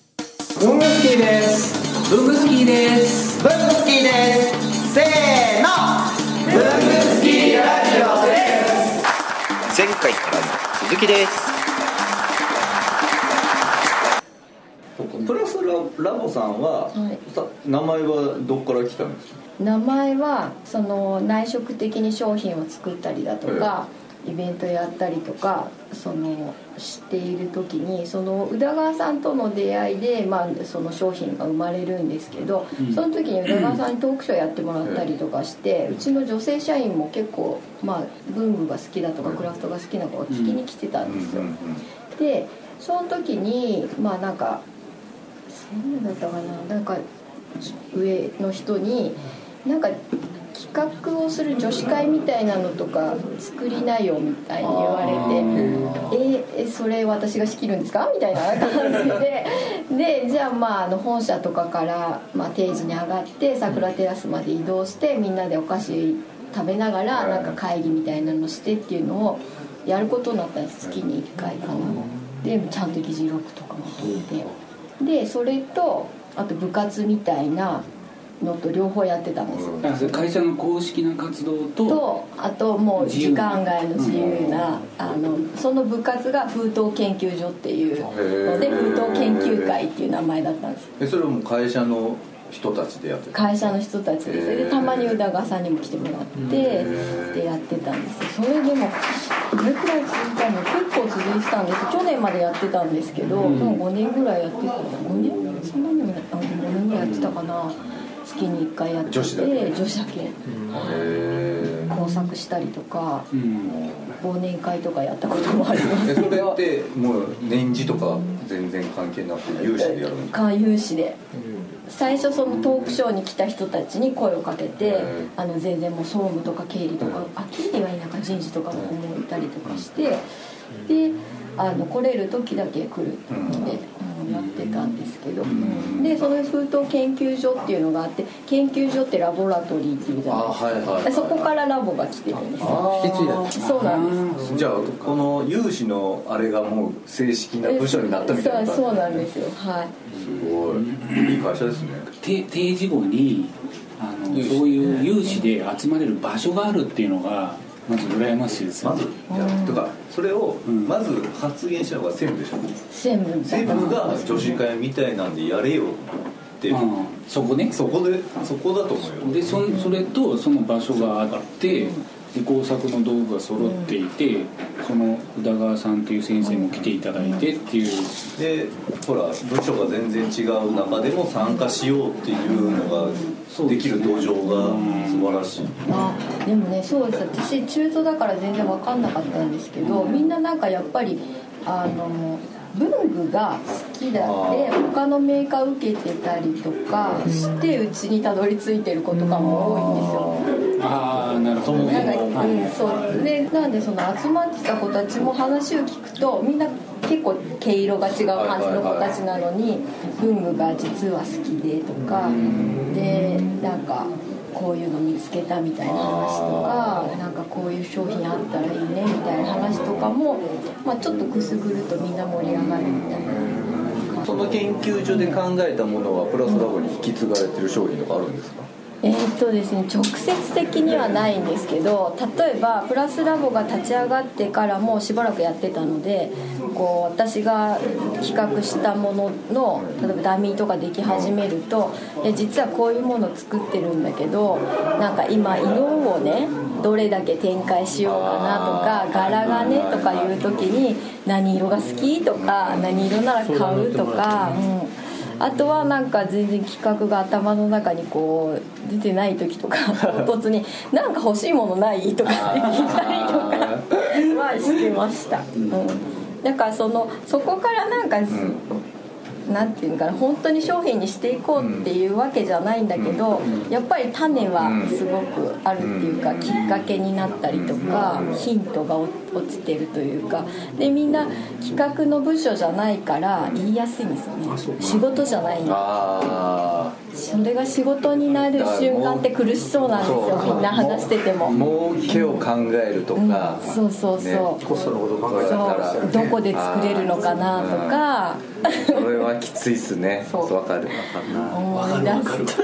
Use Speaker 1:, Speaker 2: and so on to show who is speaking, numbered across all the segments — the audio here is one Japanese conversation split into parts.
Speaker 1: 文具好きです文具好きです文具好きですせーの文具好きラジオです
Speaker 2: 前回からの続きです
Speaker 3: プラスララボさんは、
Speaker 4: はい
Speaker 3: さ名前はどこから来たんですか
Speaker 4: 名前はその内職的に商品を作ったりだとか、イベントやったりとかそのしている時にその宇田川さんとの出会いで、まあ、その商品が生まれるんですけど、その時に宇田川さんにトークショーやってもらったりとかして、うちの女性社員も結構、まあ、文具が好きだとかクラフトが好きな子が聞きに来てたんですよ。でその時にまあなんか専務だったかななんか上の人になんか企画をする女子会みたいなのとか作りなよみたいに言われて「ええそれ私が仕切るんですか?」みたいな感じででじゃあまああの本社とかから、まあ、定時に上がって桜テラスまで移動してみんなでお菓子食べながらなんか会議みたいなのしてっていうのをやることになったんです月に1回かなでちゃんと議事録とかも取ってでそれとあと部活みたいなのと両方やってたんです
Speaker 1: だからそれ会社の公式な活動と
Speaker 4: とあともう
Speaker 1: 自由
Speaker 4: 時間外の自由な、あのその部活が封筒研究所っていうので
Speaker 3: へー
Speaker 4: 封筒研究会っていう名前だったんです
Speaker 3: えそれはもう会社の人たちでやってた
Speaker 4: 会社の人たちでそれでたまに宇田川さんにも来てもらってでやってたんですそれでもどれくらい続いたの結構続いてたんです去年までやってたんですけど、でも5年ぐらいやってた5年そんなにもやった5年ぐらいやってたかな月に1回やってて
Speaker 3: 女子だけ
Speaker 4: 女子だけ
Speaker 3: へ
Speaker 4: 工作したりとか
Speaker 1: うん
Speaker 4: 忘年会とかやったこともありま
Speaker 3: え
Speaker 4: す
Speaker 3: そ
Speaker 4: け
Speaker 3: れ
Speaker 4: ど
Speaker 3: ってもう年次とか全然関係なくて有志でやるんですか
Speaker 4: か有志で最初そのトークショーに来た人たちに声をかけて、
Speaker 3: うん
Speaker 4: あの全然もう総務とか経理とか、
Speaker 3: うん
Speaker 4: あ経理はいいなか人事とかの子もいたりとかして、であの来れる時だけ来るって言って、うんやってたんですけど、
Speaker 3: ん
Speaker 4: でその封筒研究所っていうのがあって研究所ってラボラトリーっていうじゃないです
Speaker 3: あ
Speaker 4: か、
Speaker 3: はいはいはい
Speaker 4: そこからラボが来てるんです
Speaker 3: あー引き継いだんです
Speaker 4: そうなんです
Speaker 3: じゃあこの有志のあれがもう正式な部署になったみたいな
Speaker 4: そうそうなんですよはい
Speaker 3: すごいいい会社ですね
Speaker 1: て定時後にあの
Speaker 3: 有志
Speaker 1: そういう有志で集まれる場所があるっていうのがまず羨ましいですよ
Speaker 3: まず
Speaker 1: ね
Speaker 3: いやとかそれを
Speaker 1: ん
Speaker 3: まず発言したのが政務でしょ
Speaker 4: 専務みたいな
Speaker 3: 政務が女子会みたいなんでやれよって
Speaker 1: うんそこね
Speaker 3: そこでそこだと思うよ
Speaker 1: でそんそれとその場所があってで工作の道具が揃っていて、その宇田川さんっていう先生も来ていただいてっていう、
Speaker 3: でほら部署が全然違う中でも参加しようっていうのができる土壌が素晴らしい
Speaker 4: あでもねそうです私中途だから全然分かんなかったんですけどみんななんかやっぱりあの文具が好きだって
Speaker 3: あ
Speaker 4: 他のメーカー受けてたりとかしてうちにたどり着いてる子とかも多いんですよ
Speaker 1: ああなるほど
Speaker 4: な
Speaker 1: ね
Speaker 4: んか、うん、そうでなんでその集まってた子たちも話を聞くとみんな結構毛色が違う感じの子たちなのに文具が実は好きでとかでなんかこういうの見つけたみたいな話とかなんかこういう商品あったらいいねみたいな話とかも、まあ、ちょっとくすぐるとみんな盛り上がるみたいな。
Speaker 3: その研究所で考えたものはプラスラボに引き継がれてる商品とかあるんですか
Speaker 4: えーっとですね、直接的にはないんですけど例えばプラスラボが立ち上がってからもうしばらくやってたのでこう私が企画したものの例えばダミーとかでき始めるといや実はこういうもの作ってるんだけどなんか今色をねどれだけ展開しようかなとか柄がねとかいう時に何色が好きとか何色なら買うとか。うんあとはなんか全然企画が頭の中にこう出てない時とか唐突に「なんか欲しいものない?」とかって聞いたりとかはしてました、うん、だからそのそこからなんか、なんていうのかな本当に商品にしていこうっていうわけじゃないんだけど、やっぱり種はすごくあるっていうか、きっかけになったりとか、ヒントが落ちてるというかでみんな企画の部署じゃないから言いやすいんですよね仕事じゃないんで
Speaker 3: あ
Speaker 4: それが仕事になる瞬間って苦しそうなんです
Speaker 3: そう
Speaker 4: よ
Speaker 3: そう
Speaker 4: みんな話してても。
Speaker 3: 儲けを考えると
Speaker 4: うん
Speaker 3: か、
Speaker 4: そうそうそう、
Speaker 3: ね
Speaker 5: コストのことを考えたら
Speaker 4: そうどこで作れるのかなとか
Speaker 2: それはきついっすね
Speaker 4: そう
Speaker 2: わかるわかるな
Speaker 4: 思い出す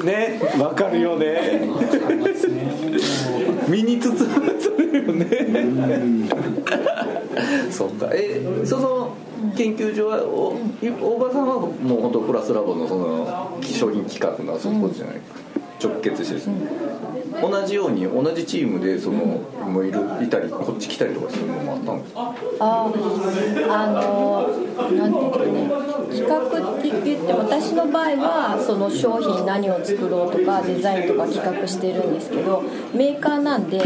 Speaker 4: と
Speaker 2: ねわかるよね身に包まされるよね
Speaker 3: そうかえその研究所はお大場さんはもう本当プラスラボのその商品企画のあそこじゃない、直結してる、同じように同じチームでそのもういるいたりこっち来たりとかするのもあったんですか
Speaker 4: ああのなんていうかね企画って言って私の場合はその商品何を作ろうとかデザインとか企画してるんですけどメーカーなんで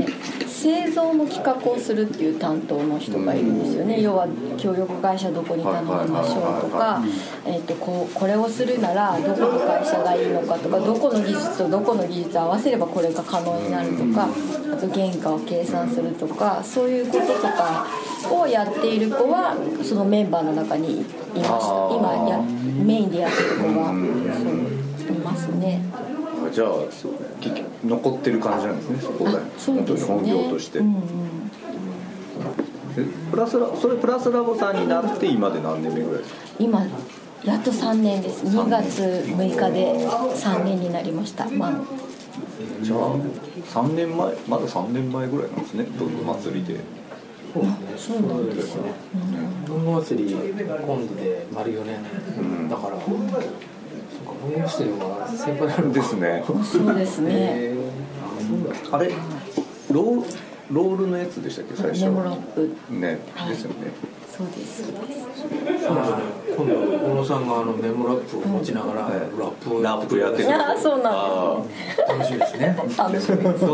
Speaker 4: 製造の企画をするっていう担当の人がいるんですよね要は協力会社どこに頼みましょうとかえっとこうこれをするならどこの会社がいいのかとかどこの技術とどこの技術を合わせればこれが可能になるとかあと原価を計算するとかそういうこととかをやっている子はそのメンバーの中にいました
Speaker 3: あー
Speaker 4: 今やメインでやってる子がそういますね
Speaker 3: あじゃあそう結局残ってる感じなんですねそこ
Speaker 4: あ
Speaker 3: だよ
Speaker 4: そうですね
Speaker 3: 本当に本業として、
Speaker 4: うんうん
Speaker 3: えプラスラそれプラスラボさんになって今で何年目ぐらいですか
Speaker 4: 今やっと3年です2
Speaker 3: 三年
Speaker 4: 月6日で3年になりました、まあ
Speaker 3: じゃあ3年前まだ3年前ぐらいなんですねどんどん祭りで
Speaker 4: そうなんですよ
Speaker 5: 文具祭り今度で丸4年、だからそうか文具祭りは先輩なん
Speaker 3: で
Speaker 5: です
Speaker 3: ね
Speaker 4: そうですね
Speaker 3: あれローロールのやつでしたっけ最初
Speaker 4: ネモロップ
Speaker 3: ね
Speaker 4: はい
Speaker 3: ですよね
Speaker 4: そうですそうです
Speaker 5: そうですね今度小野さんがあのメモラップを持ちながらラ
Speaker 3: はい
Speaker 5: ップを
Speaker 3: ラップやって
Speaker 4: い
Speaker 3: る
Speaker 4: やーそうなん
Speaker 3: あ
Speaker 5: 楽しみです ね
Speaker 4: です楽しみです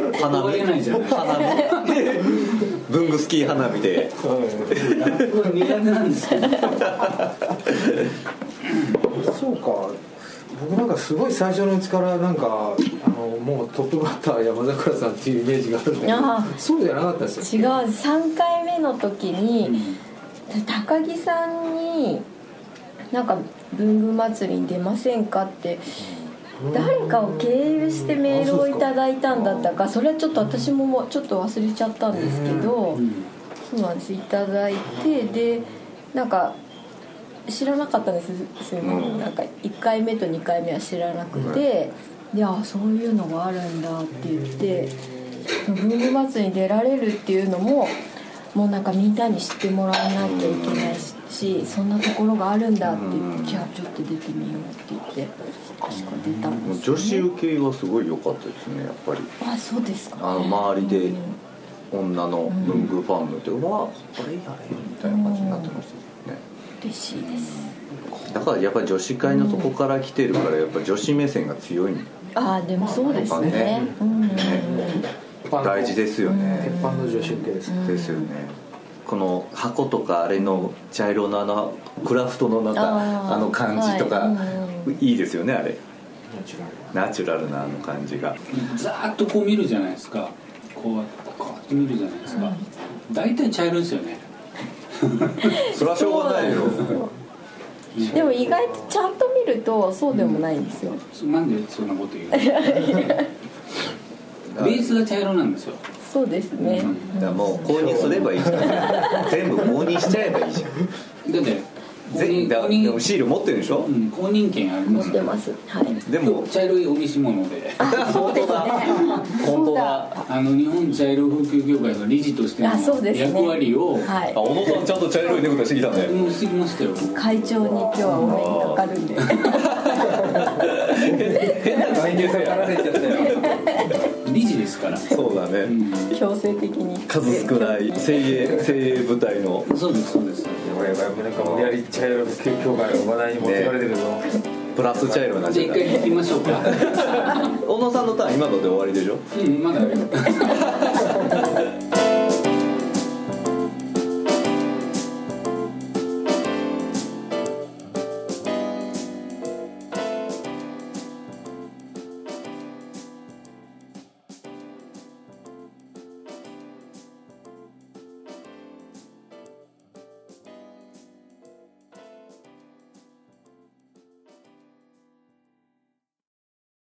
Speaker 3: ー花
Speaker 1: 断れないじゃない
Speaker 3: 花火文具スキー花火で
Speaker 1: 僕は苦手なんですけど
Speaker 5: そうか僕なんかすごい最初のうちからなんかあのもうトップバッター山桜さんっていうイメージがあるんだ
Speaker 4: あ
Speaker 5: けどそうじゃなかったですよ
Speaker 4: 違う3回目の時に、高木さんに「なんか文具祭りに出ませんか?」って誰かを経由してメールをいただいたんだったかそれはちょっと私ももうちょっと忘れちゃったんですけど、そうなんですいただいてでなんか知らなかったんですそれもなんか1回目と2回目は知らなくて、であそういうのがあるんだって言って文具祭に出られるっていうのももうなんかみんなに知ってもらわなきゃいけないしそんなところがあるんだって言ってじゃあちょっと出てみようって言って確か出たんですよ
Speaker 3: 女子受けはすごい良かったですねやっぱり
Speaker 4: あそうですか
Speaker 3: あの周りで女の文具ファンの人は「あれあれ」みたいな感じになってましたね
Speaker 4: 嬉しいです
Speaker 3: だからやっぱり女子会のそこから来てるからやっぱ女子目線が強いん
Speaker 4: ああでもそうですね
Speaker 3: ね
Speaker 4: うん
Speaker 3: 大事ですよね
Speaker 5: 鉄板の女子受けです、
Speaker 3: ですよねこの箱とかあれの茶色のあのクラフトの中
Speaker 4: あ
Speaker 3: あ
Speaker 4: ー
Speaker 3: の感じとか、
Speaker 4: はい
Speaker 3: いいですよねあれナチュラルなあの感じが
Speaker 1: ざーっとこう見るじゃないですかこうこうやって見るじゃないですか大体茶色いですよね
Speaker 3: それはしょうがないよ
Speaker 4: でも意外とちゃんと見るとそうでもないんですよ、
Speaker 1: なんでそんなこと言うのベースが茶色なんですよ
Speaker 4: そうですね、
Speaker 3: だからもう購入すればいいじゃん全部購入しちゃえばいいじゃん
Speaker 1: だって公
Speaker 3: 全
Speaker 1: 認
Speaker 3: だ
Speaker 1: 公
Speaker 3: でも
Speaker 1: 認
Speaker 3: シール持ってるでしょ
Speaker 1: うん公認権ありま
Speaker 4: 持
Speaker 1: す
Speaker 4: ってますはい
Speaker 3: でも
Speaker 1: 茶色い帯締物で
Speaker 3: 本当だ本当だ
Speaker 1: あの日本茶色風景協会の理事としての
Speaker 4: あそうですね
Speaker 1: 役割を
Speaker 4: は
Speaker 3: あ
Speaker 4: い
Speaker 3: 小野さんちゃんと茶色いネクタイしてきたね
Speaker 1: もうしてきましたよ
Speaker 4: 会長に今日はお目にかかるんで
Speaker 3: 変な関係性やられちゃったよ
Speaker 1: 理事ですから
Speaker 3: そうだね、
Speaker 4: 強制的に
Speaker 3: 数少ない精鋭精鋭部隊の
Speaker 1: そうですそうです
Speaker 5: やばいやばいなんか無理やり茶色の教会の話題に持ってかれてるぞ、
Speaker 3: プラス茶色なん
Speaker 1: じ
Speaker 3: じ
Speaker 1: ゃあ
Speaker 3: ゃ
Speaker 1: 一
Speaker 3: な
Speaker 1: 回
Speaker 3: い
Speaker 1: 聞きましょうか
Speaker 3: 小野さんのターン今ので終わりでしょ
Speaker 1: うんまだあるよ